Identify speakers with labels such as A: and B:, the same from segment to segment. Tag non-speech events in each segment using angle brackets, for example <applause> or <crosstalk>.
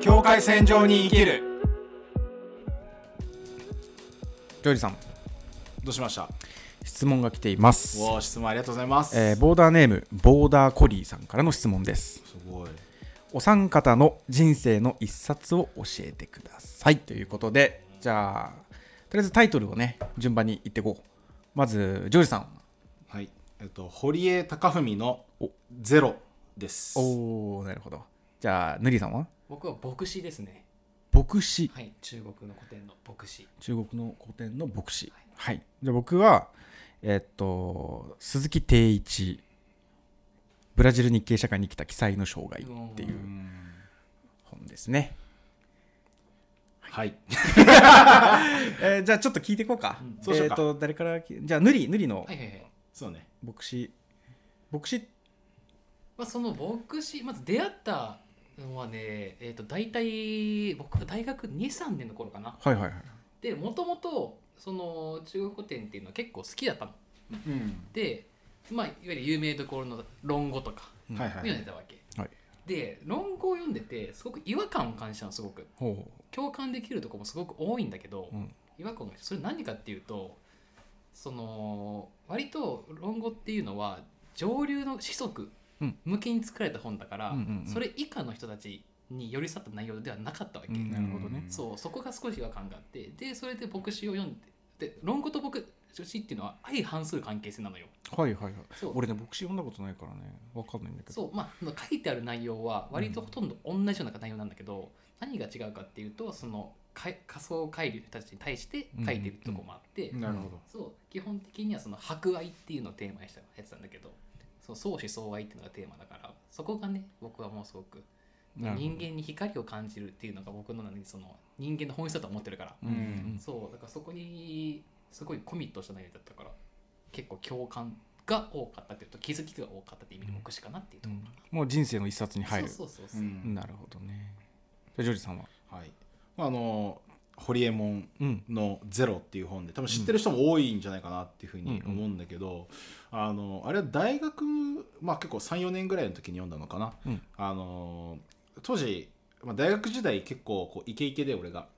A: 境界線上に生きる
B: ジョージさん
A: どうしました
B: 質問が来ています、
A: おお質問ありがとうございます、
B: えーボーダーネームボーダーコリーさんからの質問です
A: すごい
B: お三方の人生の一冊を教えてくださいということでじゃあとりあえずタイトルをね順番に言っていこうまずジョージさん
A: はいえっと堀江貴文の
B: お
A: ゼロです
B: おおなるほどじゃあヌリさんは
C: 僕は牧師ですね
B: 牧師
C: はい中国の古典の牧師
B: 中国の古典の牧師はいじゃあ僕はえっと鈴木定一ブラジル日系社会に来た記載の生涯っていううん本ですね、
A: はい <laughs>
B: えーじゃあちょっと聞いていこうか、
C: うん
A: そうしようか
B: えっと誰からきじゃあヌリヌリの
C: はいはいはい
A: そうね
B: 牧師牧師
C: まあ、その牧師まず出会ったのはね、えー、と大体僕が大学23年の頃かな
B: はいはいはい
C: でもともとその中国古典っていうのは結構好きだったの
A: うん
C: で、まあ、いわゆる有名どころの論語とか
B: うん
A: はいは
C: 読んで
A: い
C: たわけ、
B: はい
C: で論語を読んでてすごく違和感を感じたのすごく
B: ほ
C: 共感できるとこもすごく多いんだけど、
B: う、うん、
C: 違和感がそれ何かっていうとその割と論語っていうのは上流の子息
B: うん
C: 向けに作られた本だから、
B: うんうんうん
C: それ以下の人たちに寄り添った内容ではなかったわけ、
B: うんなるほどね
C: そうそこが少し違和感があってでそれで牧師を読んでで論語と牧師っていうのは相反する関係性なのよ。
B: はいはいはい
C: そう
B: 俺ね牧師読んだことないからねわかんないんだけど
C: そうまあ、その書いてある内容は割とほとんど同じような内容なんだけど、何が違うかっていうとそのか仮想海流たちに対して書いてるとこもあって、
A: なるほど
C: そう基本的にはその博愛っていうのをテーマにしたやつなんだけどそう相思相愛っていうのがテーマだからそこがね僕はもうすごく
B: な
C: 人
B: るほど
C: 間に光を感じるっていうのが僕の中にその人間の本質だと思ってるから、
B: うんうん
C: そうだからそこにすごいコミットした内容だったから結構共感が多かったっていうと気づきが多かったって意味で僕しかなっていう
B: う
C: とこ
B: んもう人生の一冊に
C: ろ、
B: 入る
C: そうそうそう
A: う
C: そう、
A: ん
B: なるほどねじゃあジョージさんは
A: はいまああの堀江門
B: うん
A: の「ゼロっていう本で多分知ってる人も多いんじゃないかなっていうふうに
B: うん
A: 思うんだけど、あのあれは大学、まあ、結構34年ぐらいの時に読んだのかな、
B: うん
A: あの当時、まあ、大学時代結構こうイケイケで俺が、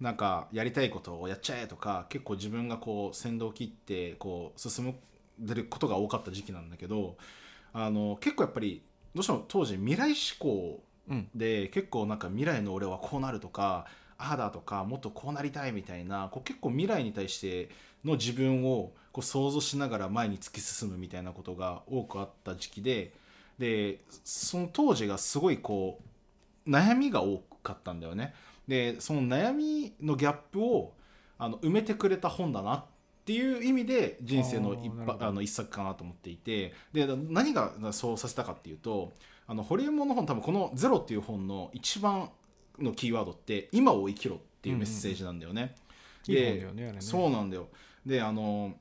A: なんかやりたいことをやっちゃえとか結構自分がこう先導を切ってこう進む出ることが多かった時期なんだけどあの結構やっぱりどうしても当時未来志向
B: うん
A: で結構なんか未来の俺はこうなるとかああだとかもっとこうなりたいみたいなこう結構未来に対しての自分をこう想像しながら前に突き進むみたいなことが多くあった時期ででその当時がすごいこう悩みが多かったんだよね。でその悩みのギャップをあの埋めてくれた本だなっていう意味で人生の一
B: あーなるほ
A: ぱ
B: ど
A: あの一作かなと思っていてで何がそうさせたかっていうとあの堀江門の本多分この「ゼロっていう本の一番のキーワードって「今を生きろ」っていうメッセージなんだよね。
B: いい
A: で
B: 本だよねあれね
A: そうなんだよであの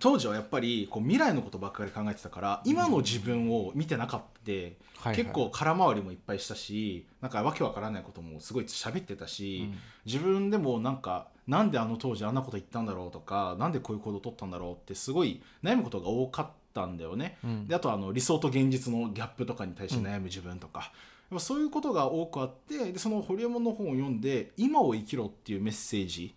A: 当時はやっぱりこう未来のことばっかり考えてたから今の自分を見てなかった、
B: はいはい
A: 結構空回りもいっぱいしたしなんかわけわからないこともすごい喋ってた
B: う
A: し、
B: ん
A: 自分でもなんかなんであの当時あんなこと言ったんだろうとかなんでこういう行動を取ったんだろうってすごい悩むことが多かったんだよね。
B: うん
A: であとはあの理想と現実のギャップとかに対して悩む自分とか、やっぱそういうことが多くあってでその堀江門の本を読んで「今を生きろ」っていうメッセージ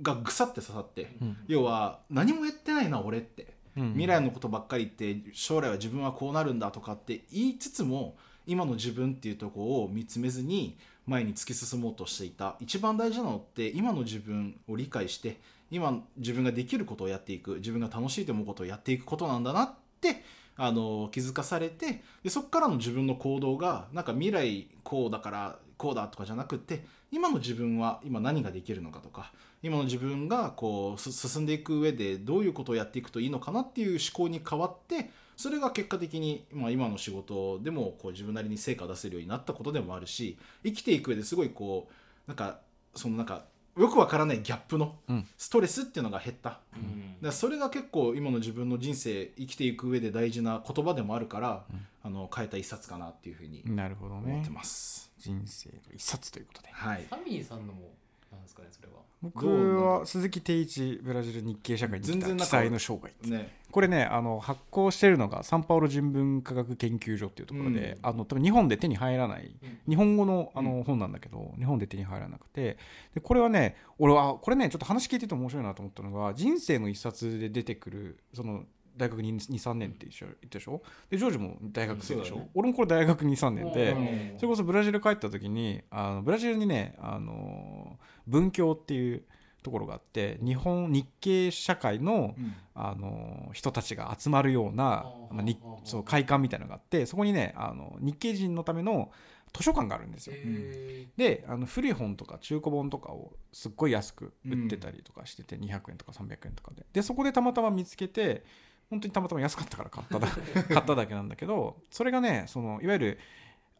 A: がぐさって刺さって、
B: うん
A: 要は何もやってないな俺って
B: うん
A: 未来のことばっかり言って将来は自分はこうなるんだとかって言いつつも今の自分っていうとこを見つめずに前に突き進もうとしていた一番大事なのって今の自分を理解して今自分ができることをやっていく自分が楽しいと思うことをやっていくことなんだなってあの気づかされてでそこからの自分の行動がなんか未来こうだからこうだとかじゃなくて今の自分は今何ができるのかとか今の自分がこうす進んでいく上でどういうことをやっていくといいのかなっていう思考に変わってそれが結果的に、まあ、今の仕事でもこう自分なりに成果を出せるようになったことでもあるし生きていく上ですごいこうなんかそのなんかよくわからないギャップの
B: うん
A: ストレスっていうのが減った
C: うん
A: だからそれが結構今の自分の人生生きていく上で大事な言葉でもあるから、
B: うん
A: あの変えた一冊かなっていうふうに
B: なるほど
A: 思っ
B: ね
A: てます、
B: 人生の一冊ということで
A: はい
C: サミーさんのもなんですかねそれは
B: 僕
A: どうなんだろ
B: は鈴木定一ブラジル日経社会に来
A: 全
B: た
A: 然なん
B: 記
A: か
B: 載の生涯
A: ね
B: これねあの発行してるのがサンパウロ人文科学研究所っていうところで、あの多分日本で手に入らない日本語のあの本なんだけど、日本で手に入らなくてでこれはね俺はこれねちょっと話聞いてて面白いなと思ったのが人生の一冊で出てくるその大学23年って一緒言ったでしょでジョージも大学生でしょ、
A: うんそうだね
B: 俺もこれ大学23年で、
C: うん
B: それこそブラジル帰った時にあのブラジルにねあの文教っていうところがあって日本日系社会の
A: うん
B: あの人たちが集まるような
C: あ、ー
B: まあ、に
C: あー
B: そう会館みたいなのがあってそこにねあの日系人のための図書館があるんですよ。
C: え
B: であの古い本とか中古本とかをすっごい安く売ってたりとかしてて、200円とか300円とかででそこでたまたま見つけて本当にたまたま安かったから買った
A: <laughs>
B: だ買っただけなんだけどそれがねそのいわゆる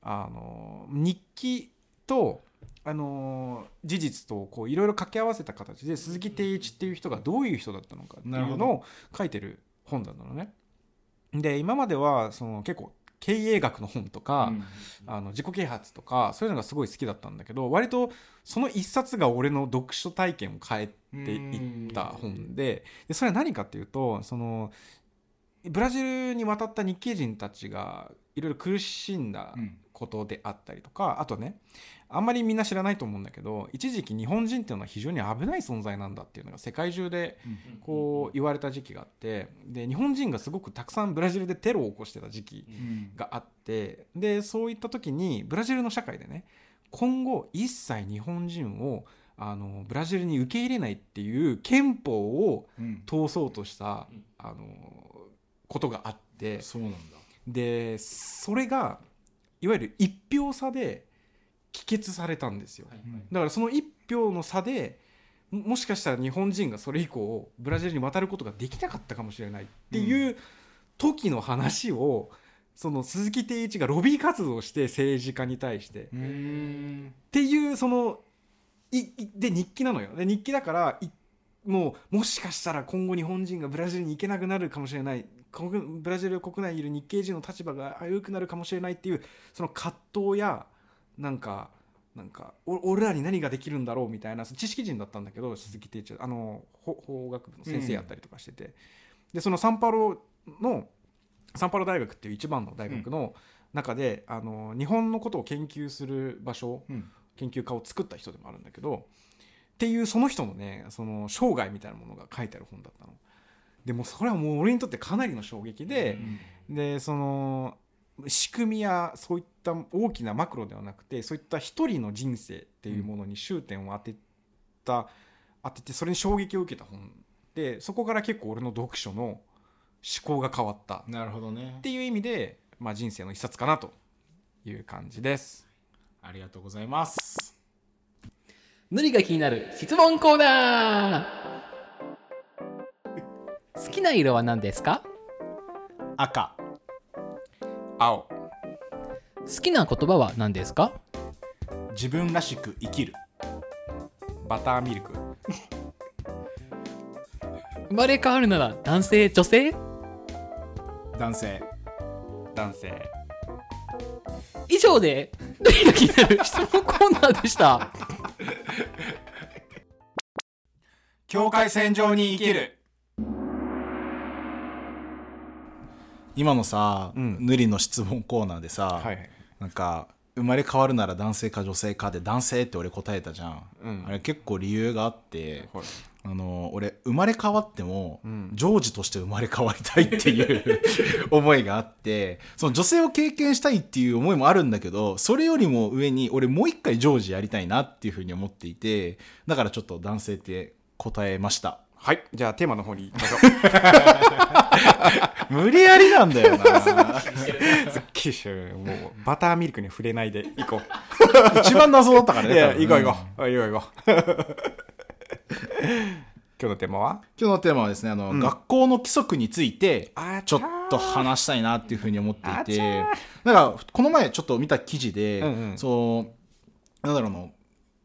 B: あの日記とあの事実とこういろいろ掛け合わせた形で鈴木定一っていう人がどういう人だったのかってい
A: なる
B: う
A: ほ
B: の
A: ど
B: を書いてる本なんだろうね。で今まではその結構経営学の本とか、
A: うん
B: あの自己啓発とかそういうのがすごい好きだったんだけど割とその一冊が俺の読書体験を変えていった本ででそれは何かっていうとそのブラジルに渡った日系人たちがいろいろ苦しんだ
A: うん
B: ことであったりとかあとねあんまりみんな知らないと思うんだけど一時期日本人っていうのは非常に危ない存在なんだっていうのが世界中で
C: ー
B: こう言われた時期があってで日本人がすごくたくさんブラジルでテロを起こしてた時期
A: うん
B: があってでそういった時にブラジルの社会でね今後一切日本人をあのブラジルに受け入れないっていう憲法を
A: うん
B: 通そうとした
C: うん
B: あのことがあって
A: そうなんだ
B: でそれがいわゆる一票差で帰結されたんですよ
C: はい
A: うん
B: だからその一票の差でももしかしたら日本人がそれ以降ブラジルに渡ることができなかったかもしれないっていう時の話を、その鈴木定一がロビー活動をして政治家に対して、っ
A: うん
B: ていうそのいいで日記なのよで日記だからいもうもしかしたら今後日本人がブラジルに行けなくなるかもしれない国ブラジル国内にいる日系人の立場が危うくなるかもしれないっていうその葛藤やなんかなんかお俺らに何ができるんだろうみたいな知識人だったんだけど鈴木定一はあの法法学部の先生やったりとかしてて、でそのサンパウロのサンパウロ大学っていう一番の大学の中で、あの日本のことを研究する場所
A: うん
B: 研究家を作った人でもあるんだけどっていうその人のねその生涯みたいなものが書いてある本だったの。でもうそれはもう俺にとってかなりの衝撃で、でその仕組みやそういった大きなマクロではなくてそういった一人の人生っていうものに終点を当てた、当ててそれに衝撃を受けた本でそこから結構俺の読書の思考が変わったっ
A: なるほどね
B: ていう意味で、まあ、人生の一冊かなという感じです。
A: ありがとうございます
C: 何が気になる質問コーナー好きな色は何ですか
A: 赤
B: 青
C: 好きな言葉は何ですか
A: 自分らしく生きる
B: バターミルク
C: 生まれ変わるなら男性女性
A: 男性
B: 男性
C: 以上で何が気になる質問コーナーでした
B: 境界線上に生きる
A: 今のさ、
B: うん
A: ぬりの質問コーナーでさ、
B: はい
A: なんか生まれ変わるなら男性か女性かで男性って俺答えたじゃん、
B: うん
A: あれ結構理由があって
B: はい
A: あの俺生まれ変わっても、
B: うん
A: ジョージとして生まれ変わりたいっていう
B: <laughs>
A: 思いがあってその女性を経験したいっていう思いもあるんだけどそれよりも上に俺もう一回ジョージやりたいなっていうふうに思っていてだからちょっと男性って答えました
B: はいじゃあテーマの方に行きましょ <laughs>
A: 無理やりなんだよな
B: うすっきりしてるもうバターミルクに触れないで行こ
A: <laughs> 一番謎だったから
B: う <laughs>
A: ね
B: いや
A: 多分
B: 行こう行こう行こう行こう <laughs> 今日のテーマは
A: 今日のテーマはですねあの、
B: ん
A: 学校の規則について
B: あち
A: ち
B: ゃ
A: ょ
B: ー
A: っと話したいなっていうふうに思ってい
B: あちゃ
A: てなんかこの前ちょっと見た記事で、
B: うんうん
A: そうなんだろうな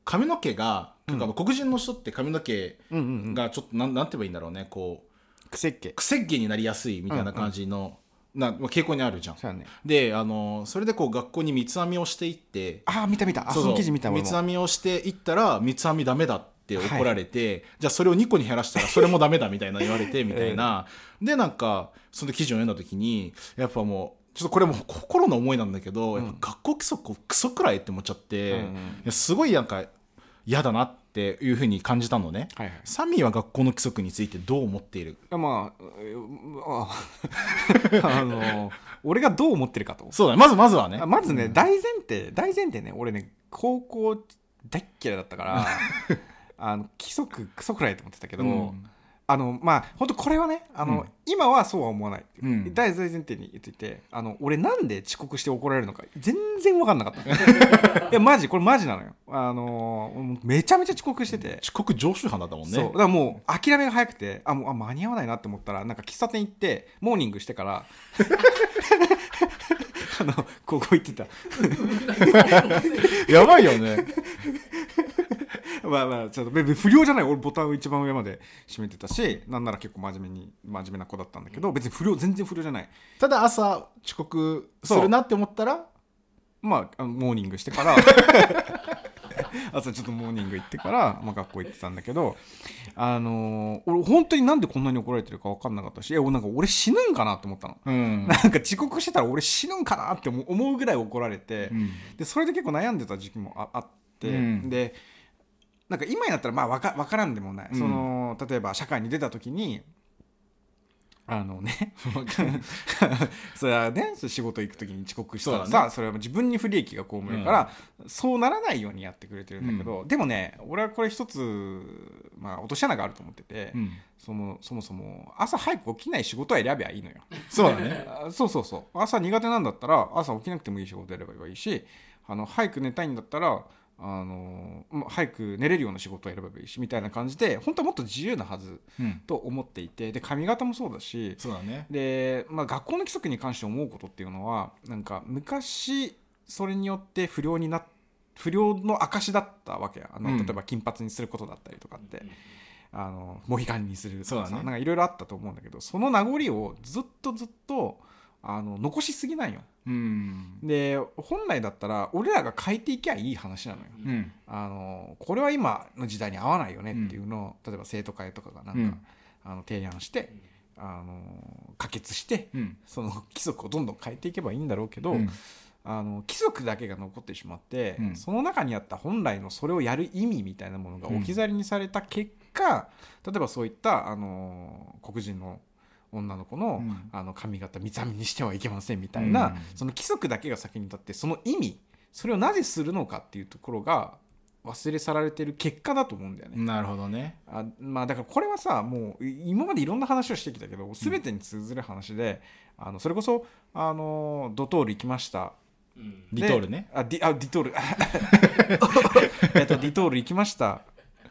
A: 髪の毛が、結構黒人の人って髪の毛
B: うんうんうん
A: がちょっとなんなんて言えばいいんだろうねこう
B: 癖っ気
A: 癖毛になりやすいみたいな感じのなまあ傾向にあるじゃん
B: そうやね
A: であのそれでこう学校に三つ編みをしていって
B: ああ見た見たあその記事見た
A: そう
B: 俺
A: 三つ
B: も
A: 編みをしていったら三つ編みダメだって怒られて、じゃあそれを2個に減らしたらそれもダメだみたいな言われ
B: <laughs>
A: てみたいな、でなんかその記事を読んだ時にやっぱもうちょっとこれも心の思いなんだけど、
B: うん
A: やっぱ学校規則をクソくらえって思っちゃって、
B: うんうん
A: いやすごいなんか嫌だなっていうふうに感じたのね。
B: はいはい
A: サミーは学校の規則についてどう思っている
B: あまあうんあー <laughs> あの俺がどう思ってるかと
A: そうだねまずまずはね
B: あまずね、
A: うん
B: 大前提大前提ね俺ね高校大っ嫌いだったから
A: <laughs>
B: あの規則クソくらいと思ってたけど、
A: うん
B: あのまあ本当これはねあの、
A: うん
B: 今はそうは思わない、
A: うん
B: 大大前提に言っていてあの俺なんで遅刻して怒られるのか全然分かんなかったい
A: <laughs>
B: やマジこれマジなのよあのもうめちゃめちゃ遅刻してて、
A: 遅刻常習犯だったもんね
B: そうだからもう諦めが早くてあもうあ間に合わないなって思ったらなんか喫茶店行ってモーニングしてから
A: <laughs>
B: <laughs> あのここ行ってた
A: <laughs> やばいよね
B: まあまあちょっと別に不良じゃない俺ボタンを一番上まで閉めてたしなんなら結構真面目に真面目な子だったんだけど別に不良全然不良じゃない
A: ただ朝遅刻す
B: そう
A: るなって思ったら
B: まああのモーニングしてから朝ちょっとモーニング行ってから、まあ、学校行ってたんだけどあのー俺本当になんでこんなに怒られてるか分かんなかったしいや俺なんか俺死ぬんかなと思ったの
A: うん
B: なんか遅刻してたら俺死ぬんかなって思う思うぐらい怒られて、
A: うん
B: でそれで結構悩んでた時期もああって、
A: うん
B: でなんか今になったらまあわかわからんでもない、
A: うん
B: その例えば社会に出た時にあのね <laughs> それはねそれ仕事行く時に遅刻したら
A: そうだ
B: さそ,、れは自分に不利益が被るから、そうならないようにやってくれてるんだけど、でもね俺はこれ一つ、まあ、落とし穴があると思ってて、
A: うん
B: そもそもそも朝早く起きない仕事を選べばいいのよ。
A: そうだね
B: あそうそうそう朝苦手なんだったら朝起きなくてもいい仕事やればいいしあの早く寝たいんだったらあのま早く寝れるような仕事をやればいいしみたいな感じで本当はもっと自由なはず
A: うん
B: と思っていてで髪型もそうだし
A: そうだね
B: で、まあ、学校の規則に関して思うことっていうのはなんか昔それによって不良にな不良の証だったわけやあの、
A: うん
B: 例えば金髪にすることだったりとかって、あのモヒカンにするとか
A: そう
B: さ、
A: だね
B: なんかいろいろあったと思うんだけどその名残をずっとずっとあの残しすぎないよ
A: うん
B: で本来だったら俺らが変えていきゃいい話なのよ
A: うん
B: あのこれは今の時代に合わないよねっていうのを、例えば生徒会とかがなんか、
A: うん
B: あの提案してあの可決して
A: うん
B: その規則をどんどん変えていけばいいんだろうけど、
A: うん
B: あの貴族だけが残ってしまって、
A: うん
B: その中にあった本来のそれをやる意味みたいなものが置き去りにされた結果、例えばそういったあの黒人の女の子の,、
A: うん
B: あの髪型三つ編みにしてはいけませんみたいな、
A: うん
B: その貴族だけが先に立ってその意味それをなぜするのかっていうところが忘れ去られてる結果だと思うんだよね。
A: なるほどね
B: あまあだからこれはさもうい今までいろんな話をしてきたけど全てに通ずる話で、あのそれこそあのドトール行きました
C: うん
A: リトールね
B: であディあディトール <laughs> えっとディトール行きました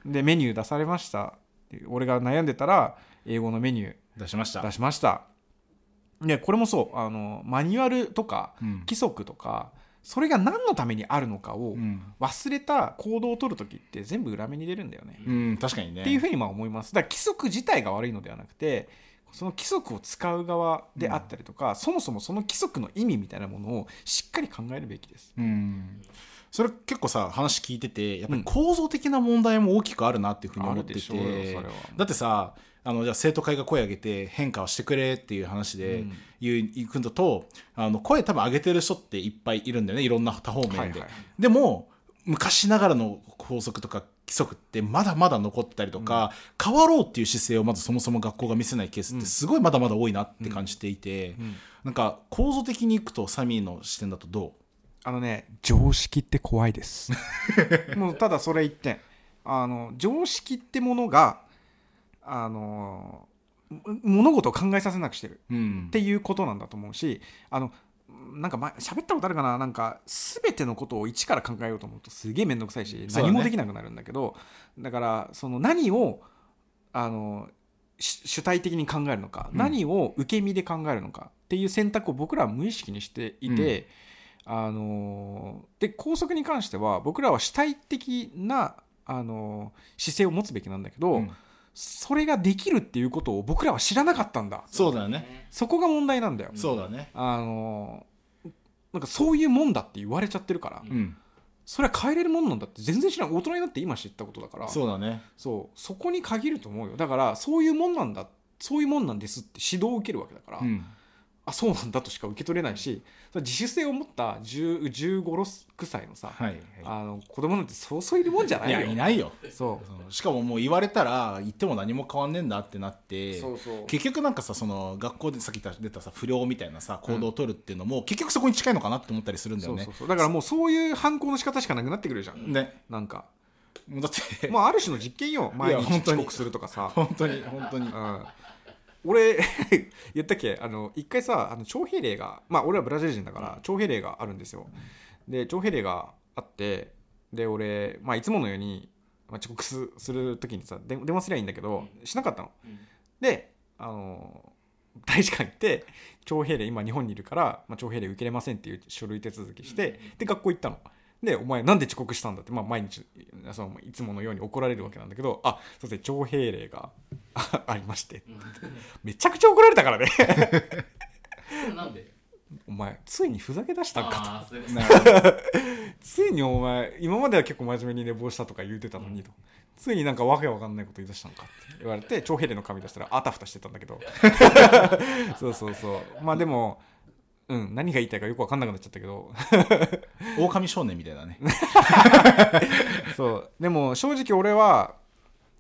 B: でメニュー出されましたで俺が悩んでたら英語のメニュ
A: 出しまし
B: ー出
A: た
B: しましたねこれもそうあのマニュアルとか
A: うん
B: 規則とかそれが何のためにあるのかを
A: うん
B: 忘れた行動を取る時って全部裏目に出るんだよね
A: うん確かにね
B: っていうふうにまあ思いますだから規則自体が悪いのではなくてその規則を使う側であったりとか、そもそもその規則の意味みたいなものをしっかり考えるべきです。
A: うんそれ結構さ話聞いててやっぱり構造的な問題も大きくあるなっていうふうに
B: あ
A: 思っ
B: る
A: て
B: で
A: て
B: しょうよそれは
A: だってさあのじゃあ生徒会が声上げて変化をしてくれっていう話で
B: うん
A: 言う、行くのとあの声多分上げてる人っていっぱいいるんだよねいろんな多方面で、
B: はいはい
A: でも昔ながらの法則とか規則ってまだまだ残ったりとか、変わろうっていう姿勢をまずそもそも学校が見せないケースってすごいまだまだ多いなって感じていて、
B: うん
A: なんか構造的にいくとサミーの視点だとど
B: あのね常識って怖いですもうただそれ一点あの常識ってものがあのも物事を考えさせなくしてる
A: う、うん
B: っていうことなんだと思うしあのなんか前喋ったことあるかななんか全てのことを一から考えようと思うとすげえ面倒くさいし、
A: そうだ
B: 何
A: ね
B: もできなくなるんだけどだからその何をあのし主体的に考えるのか、
A: うん
B: 何を受け身で考えるのかっていう選択を僕らは無意識にしていて、あので校則に関しては僕らは主体的なあの姿勢を持つべきなんだけど、
A: うん
B: それができるっていうことを僕らは知らなかったんだ
A: そうだよね。
B: そこが問題なんだよ、
A: そうだね。
B: あのなんかそういうもんだって言われちゃってるから、
C: うん
A: うん。
B: それは変えれるもんなんだって全然知らん大人になって今知ったことだから
A: そうだね。
B: そうそこに限ると思うよだからそういうもんなんだそういうもんなんですって指導を受けるわけだから、
A: うん。
B: あそうなんだとしか受け取れないしその自主性を持った1 5 6歳のさ、
A: はい。
B: あの子供なんてそうそういるもんじゃないいよ
A: や、いないよ。
B: そ
A: そのしかももう言われたら言っても何も変わんねえんだってなっ
B: う
A: て
B: そうそう
A: 結局なんかさその学校でさっき言った出たさ不良みたいなさ行動を取るっていうのも、結局そこに近いのかなって思ったりするんだ
B: そ
A: よ
B: う
A: ね
B: そう。そうだからもうそういう反抗の仕方しかなくなってくるじゃん、
A: ね
B: なんか
A: もうだって、
B: <laughs> まあある種の実験よ毎
A: いや
B: 日
A: 本当
B: 遅
A: に
B: 刻するとかさ
A: 本当に本当に。
B: うん俺 <laughs> 言ったっけあの一回さあの徴兵令がまあ俺はブラジル人だから徴兵令があるんですよで徴兵令があってで俺、まあ、いつものように、まあ、遅刻すする時にさで電話すりゃいいんだけどしなかったの
C: うん
B: であの大使館行って徴兵令今日本にいるから、まあ、徴兵令受けれませんっていう書類手続きしてで学校行ったの。でお前なんで遅刻したんだって、まあ、毎日そのいつものように怒られるわけなんだけどあそうですね徴兵令が <laughs> あありましてめちゃくちゃ怒られたからね <laughs>
C: うんなんで
B: お前ついにふざけ出したんか
C: あーそういうこと
A: なるほど
B: とついにお前今までは結構真面目に寝坊したとか言うてたのにと、ついになんかわけわかんないこと言い出したんかって言われて徴兵令の紙出したらあたふたしてたんだけ <laughs> どそうそうそうまあでもうん何が言いたいかよくわかんなくなっちゃったけど
A: 狼少年みたい
B: <laughs>
A: だね。
B: そうでも正直俺は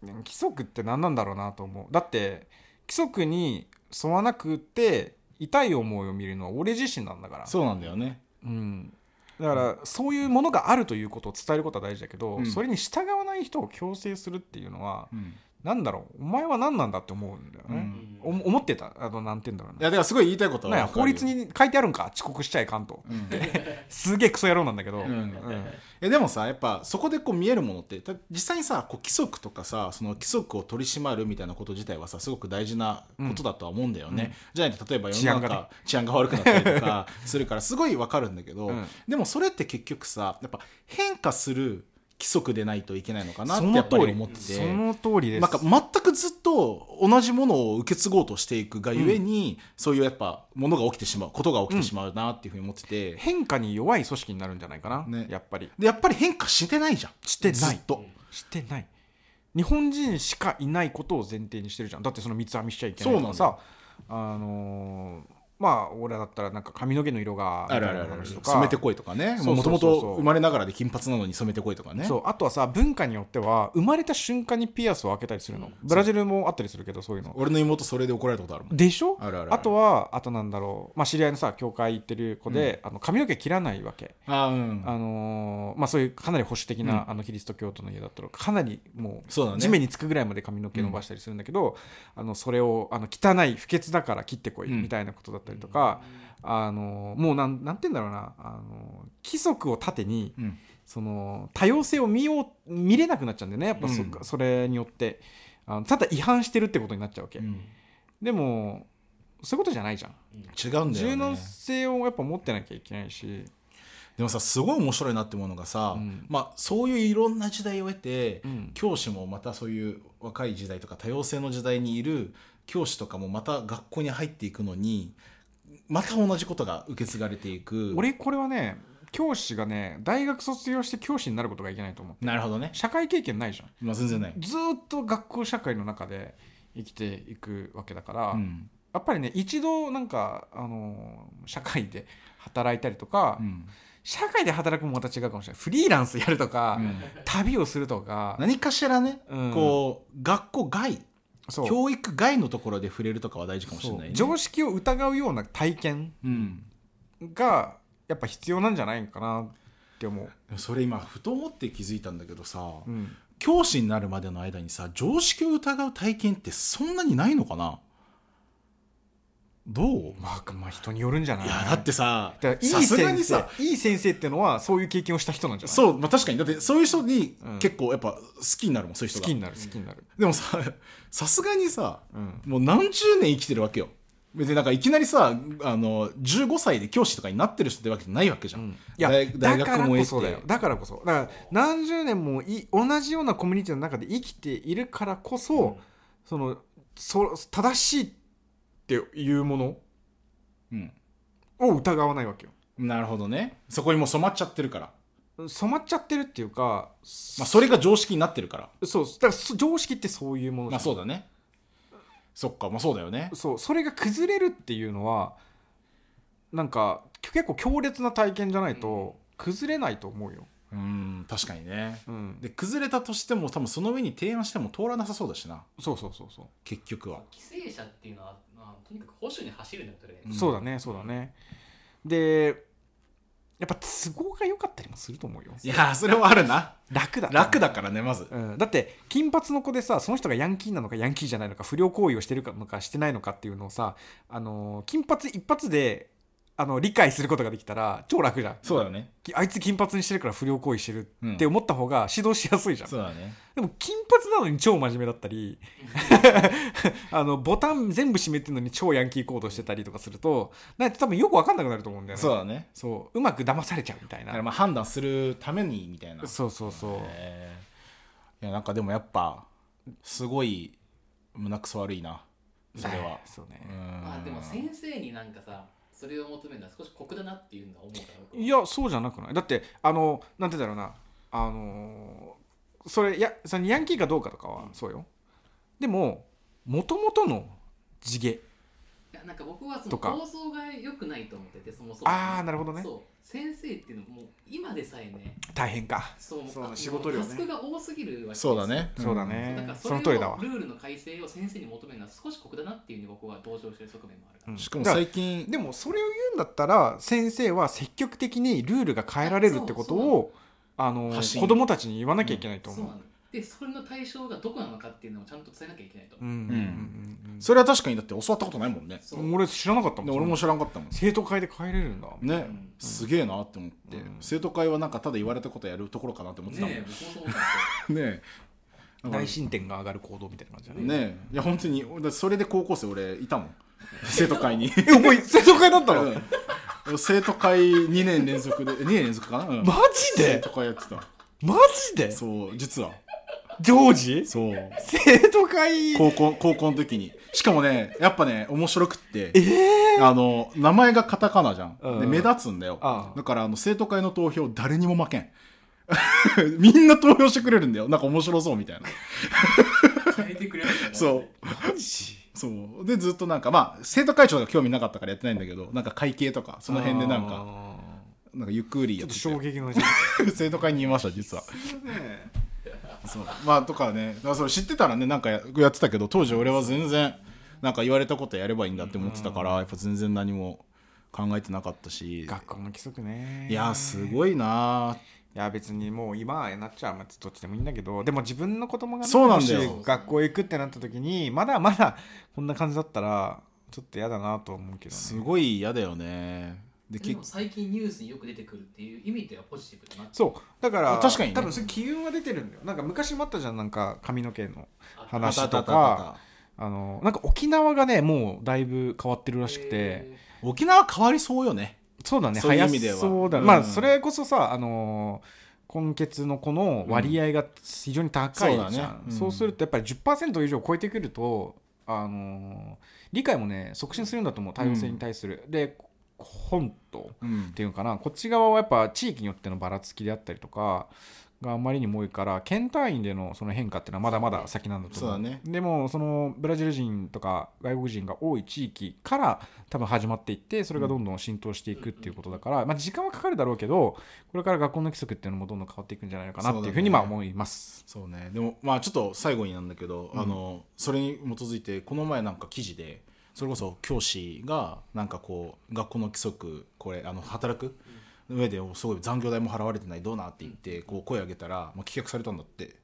B: 規則って何なんだろうなと思うだって規則に沿わなくて痛い思いを見るのは俺自身なんだから
A: そうなんだよね。
B: うん、だからそういうものがあるということを伝えることは大事だけど、
A: うん
B: それに従わない人を強制するっていうのは
A: うん、
B: なんだろうお前は何なんだって思うんだよ
A: う
B: ね、
A: ん
B: お思ってたあのなんて言うんだろう
A: い
B: な
A: やだからすごい言いたいことは
B: なんや
A: わかるよ
B: 法律。に書いてあるんか遅刻しちゃいかんと
A: うん
B: すげえクソ野郎なんだけど、
A: うんえでもさやっぱそこでこう見えるものってた実際にさこう規則とかさその規則を取り締まるみたいなこと自体はさすごく大事なことだとは思うんだよね、
B: うん
A: じゃないと例えば世
B: 治
A: の
B: 安
A: 中
B: が
A: 治
B: ね
A: 安,、が悪くなったりとかするからすごいわかるんだけど、
B: うん
A: でもそれって結局さやっぱ変化する規則でないといけないのかなっ
B: そ
A: てや
B: の
A: っぱ
B: 通
A: り
B: り
A: 思ってて。
B: その通りです
A: なんか全くずっと同じものを受け継ごうとしていくがゆえに、そういうやっぱものが起きてしまうことが起きてしまうなっていうふうに思ってて、
B: 変化に弱い組織になるんじゃないかな、
A: ね
B: やっぱり
A: でやっぱり変化してないじゃん
B: して
A: ず
B: な
A: っ
B: い
A: と。
B: してない日本人しかいないことを前提にしてるじゃんだってその三つ編みしちゃいけないとか
A: そうな
B: さあのーまあ俺らだったらなんか髪の毛の色がみた
A: あ
B: い
A: る
B: な
A: あるある
B: 話とか
A: 染めてこいとかね
B: そう
A: も
B: そ
A: と
B: うそう
A: も
B: そう
A: と生まれながらで金髪なのに染めてこいとかね
B: そうあとはさ文化によっては生まれた瞬間にピアスを開けたりするのブラジルもあったりするけどそういうの
A: 俺の妹それで怒られたことあるもん
B: でしょ
A: あるあるある
B: とはあとなんだろう、まあ、知り合いのさ教会行ってる子で、あの髪の毛切らないわけ、
A: あーうん
B: あのーまあ、そういうかなり保守的な、あのキリスト教徒の家だったらかなりもう
A: そうだね
B: 地面につくぐらいまで髪の毛伸ばしたりするんだけど、あのそれをあの汚い不潔だから切ってこい
A: うん
B: みたいなことだったりとか、あのもうなんなんて言うんだろうな、あの規則を盾に、
A: うん
B: その多様性を見よう見れなくなっちゃうんだよねやっぱそ,、
A: うん
B: それによってあのただ違反してるってことになっちゃうわけ、
A: うん
B: でもそういうことじゃないじゃん、
A: 違うんだ
B: 柔
A: よ
B: 軟
A: ね
B: 性をやっぱ持ってなきゃいけないし、
A: でもさすごい面白いなって思うのがさ、
B: うん
A: まあそういういろんな時代を得て、
B: うん
A: 教師もまたそういう若い時代とか多様性の時代にいる教師とかもまた学校に入っていくのにまた同じことが受け継がれていく
B: 俺これはね教師がね大学卒業して教師になることがいけないと思う
A: なるほどね
B: 社会経験ないじゃん
A: まあ全然ない、
B: ずーっと学校社会の中で生きていくわけだから、
A: うん
B: やっぱりね一度なんか、あのー社会で働いたりとか、
A: うん
B: 社会で働くもまた違うかもしれないフリーランスやるとか、
A: うん
B: 旅をするとか、
A: 何かしらね、
B: うん
A: こう学校外
B: そう
A: 教育外のところで触れるとかは大事かもしれない、
B: そう
A: ね、
B: 常識を疑うような体験
A: うん、
B: がやっぱ必要なんじゃないかなって思う。
A: それ今ふと思って気づいたんだけどさ、
B: うん
A: 教師になるまでの間にさ常識を疑う体験ってそんなにないのかなどう
B: まあ、まあ人によるんじゃない
A: いやだってさ
B: だからい
A: さ
B: い
A: すが
B: 先
A: に
B: 生
A: さ
B: いい先生ってのはそういう経験をした人なんじゃない
A: そう、まあ、確かにだってそういう人に
B: うん
A: 結構やっぱ好きになるもん、そういう人
B: 好
A: が
B: きになる好きになる、
A: でもささすがにさ
B: うん、
A: もう何十年生きてるわけよ別になんかいきなりさあの15歳で教師とかになってる人ってわけじゃないわけじゃん、
B: いや
A: 大大
B: だから
A: 学も
B: こ
A: 得
B: そだよ
A: て
B: だからこそだから何十年もい同じようなコミュニティの中で生きているからこそ、そのそ正しいっていうもの
A: うん
B: を疑わないわけよ
A: なるほどねそこにもう染まっちゃってるから、
B: 染まっちゃってるっていうか、
A: まあ、それが常識になってるから
B: そうだからそ常識ってそういうものじゃん
A: まあそうだねそっかまあそうだよね
B: そうそれが崩れるっていうのはなんか結構強烈な体験じゃないと崩れないと思うよ、
A: うん確かにね
B: うん、
A: で崩れたとしても多分その上に提案しても通らなさそうだしな
B: そうそうそうそう、
A: 結局は
C: 犠牲者っていうのは、まあ、とにかく保守に走るんだよそれで
A: うん
B: そうだねそうだねでやっぱ都合が良かったりもすると思うよ
A: いやーそれはあるな
B: 楽だ
A: 楽だからねまず
B: うん、だって金髪の子でさその人がヤンキーなのかヤンキーじゃないのか不良行為をしてるのかしてないのかっていうのをさ、あのー金髪一発であの理解することができたら超楽じゃん
A: そうだよね
B: きあいつ金髪にしてるから不良行為してる
A: うん
B: って思った方が指導しやすいじゃん、
A: そうだね
B: でも金髪なのに超真面目だったり <laughs> あのボタン全部閉めてるのに超ヤンキー行動してたりとかするとなんか多分よく分かんなくなると思うんだよね
A: そうだね
B: そううまく騙されちゃうみたい
A: だから
B: な
A: まあ判断するためにみたいな
B: そうそうそう
A: えーいやなんかでもやっぱすごい胸くそ悪いなそれは
B: そうね、
A: うん
C: まあでも先生になんかさそれを求めるのは少し酷だなっていうのは思うから僕はい
B: やそうじゃなくないだってあのなんて言うんだろうなあのーそれやそのヤンキーかどうかとかはそうよでももともとの地毛
C: いやなんか僕はそ
B: と
C: の
B: か
C: 構想が良くないと思っててそもそも
B: あーなるほどね
C: そう先生っていうのも今でさえね
B: 大変か、
C: そう
B: そう
C: もう
B: 仕事量ね
C: タスクが多すぎるわけです
A: そうだね
B: そうだ
C: そう
B: ね
C: だから
B: そ
C: それ
B: の通りだ
C: を
B: わ
C: ルールの改正を先生に求めるのは少し酷だなっていうふうに僕は同情してる側面もあるから、
B: う
A: うん
B: ん
A: しかも
B: だら
A: 最近
B: でもそれを言うんだったら先生は積極的にルールが変えられるってこと
C: そう
B: をあの
A: 発信
B: 子供たちに言わなきゃいけないと
C: そう
B: 思う
C: な。のでそれの対象がどこなのかっていうのをちゃんと伝えなきゃいけないと、
B: うんうんうん
A: それは確かにだって教わったことないもんね
C: そううん
B: 俺知らなかった
A: で
B: もん
A: 俺も知らんかったもん
B: 生徒会で変えれるんだ。
A: ね、
C: ん
A: すげえなって思って、
B: うん
A: 生徒会はなんかただ言われたことやるところかなって思ってたもん
C: ねえ
A: ね
C: 僕もそう思ったんですよ
A: え <laughs> ねえ
B: 大進展が上がる行動みたいな感じだね。
A: ねえいや本当にだってそれで高校生俺いた
B: <laughs>
A: もん生徒会に
B: えお前生徒会だったの、
A: うん生徒会2年連続で2年連続かな、うん
B: マジ
A: 生
B: で
A: 徒会やってた
B: マジで
A: そう実は
B: ジョージ
A: そう
B: 生徒会
A: 高校高校の時にしかもねやっぱね面白くって、 <laughs> あの名前がカタカナじゃん、
B: うん
A: で目立つんだよ
B: ああ
A: だからあの生徒会の投票誰にも負けん <laughs> みんな投票してくれるんだよなんか面白そうみ
B: <laughs>
A: たいな
C: 変えてくれないかな
A: そう
B: マジ
A: そうでずっとなんかまあ生徒会長が興味なかったからやってないんだけどなんか会計とかその辺でなんか
B: あ
A: なんかゆっくり
B: ーち
A: や
B: ょっ
A: っ
B: てと
A: て
B: 衝撃の事
A: <laughs> 生徒会にいました実は
B: 実ね
A: そうまあとかねだからそれ知ってたらねなんかややってたけど当時俺は全然なんか言われたことやればいいんだって思ってたからやっぱ全然何も考えてなかったし
B: 学校の規則ね
A: いやす
B: い
A: ごいなあ
B: や別にもう今なっちゃうまあどっちでもいいんだけどでも自分の子供がね
A: そうなんだよ
B: もし学校行くってなった時にまだまだこんな感じだったらちょっと嫌だなとは思うけど
A: す
B: ね
A: ごい嫌だよねで
C: で
A: 結
C: も最近ニュースによく出てくるっていう意味ではポジティブだな
B: そうだから
A: 確かにね
B: 多分そういう機運は出てるんだよなんか昔もあったじゃんなんか髪の毛の
C: あ
B: 話と
A: あったあったあ
B: か
A: っ
B: あのなんか沖縄がねもうだいぶ変わってるらしくて、
C: え
A: た沖縄変わりそうよね
B: そうだね
A: そういう
B: 早
A: 意味では
B: そうだ、
A: うん
B: まあそれこそさあのー根血の子の割合が非常に高いじゃん、
A: うん
B: そ
A: そううだねうん
B: するとやっぱり10%以上超えてくると、あのー理解もね促進するんだと思う多様性に対する、で本と
A: うん
B: っていうのかなこっち側はやっぱ地域によってのばらつきであったりとかがあまりにも多いから県単位でのその変化っていうのはまだまだ先なんだと思う
A: そうだね
B: でもそのブラジル人とか外国人が多い地域から多分始まっていってそれがどんどん浸透していくっていうことだから、まあ、時間はかかるだろうけどこれから学校の規則っていうのもどんどん変わっていくんじゃないのかなっていうふうにまあ
A: そうだね
B: 思います。
A: そうねでもまあちょっと最後になんだけど、
B: うん
A: あのそれに基づいてこの前なんか記事でそれこそ教師がなんかこう学校の規則これあの働く上ですごい残業代も払われてないどうなって言ってこう声上げたら、まあ、棄却されたんだって。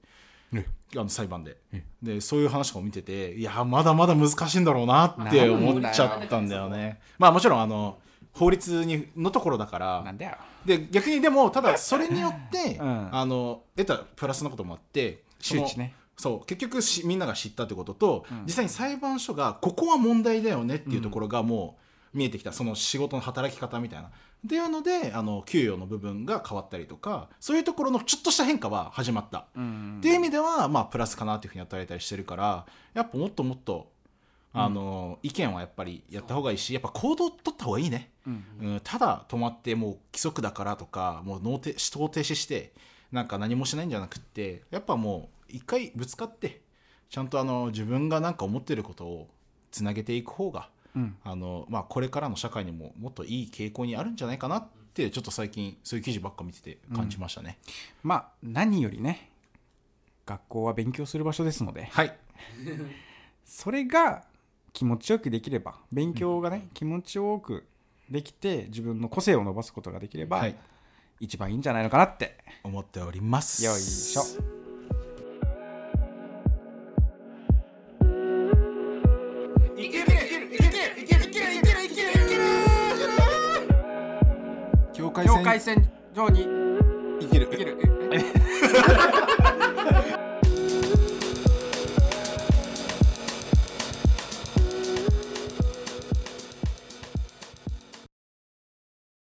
B: え
A: あの裁判で
B: え
A: でそういう話とかを見てていやまだまだ難しいんだろうなって思っちゃったんだよ
C: なんだ
A: ねまあもちろんあの法律にのところだから
B: なんだよ
A: で逆にでもた
B: <laughs>
A: だそれによって、
B: うん
A: あの得たプラスのこともあって
B: 周知ね
A: そのそう結局しみんなが知ったってことと、
B: うん
A: 実際に裁判所がここは問題だよねっていうところがもう、見えてきたその仕事の働き方みたいなっていうのであの給与の部分が変わったりとかそういうところのちょっとした変化は始まった、
B: うん
A: っていう意味ではまあプラスかなっていうふうに働いたりしてるからやっぱもっともっとあの、意見はやっぱりやった方がいいしやっぱ行動取った方がいいね、
B: うん
A: うんただ止まってもう規則だからとかもう脳て思考停止してなんか何もしないんじゃなくってやっぱもう一回ぶつかってちゃんとあの自分がなんか思ってることをつなげていく方が
B: うん
A: あの、まあ、これからの社会にももっといい傾向にあるんじゃないかなってちょっと最近そういう記事ばっか見てて感じましたね。
B: まあ何よりね学校は勉強する場所ですので
A: はい
B: それが気持ちよくできれば勉強がね、気持ちよくできて自分の個性を伸ばすことができれば、
A: はい
B: 一番いいんじゃないのかなって
A: 思っております。
B: よいしょ
A: 境界
B: 境界線上に生きる生きる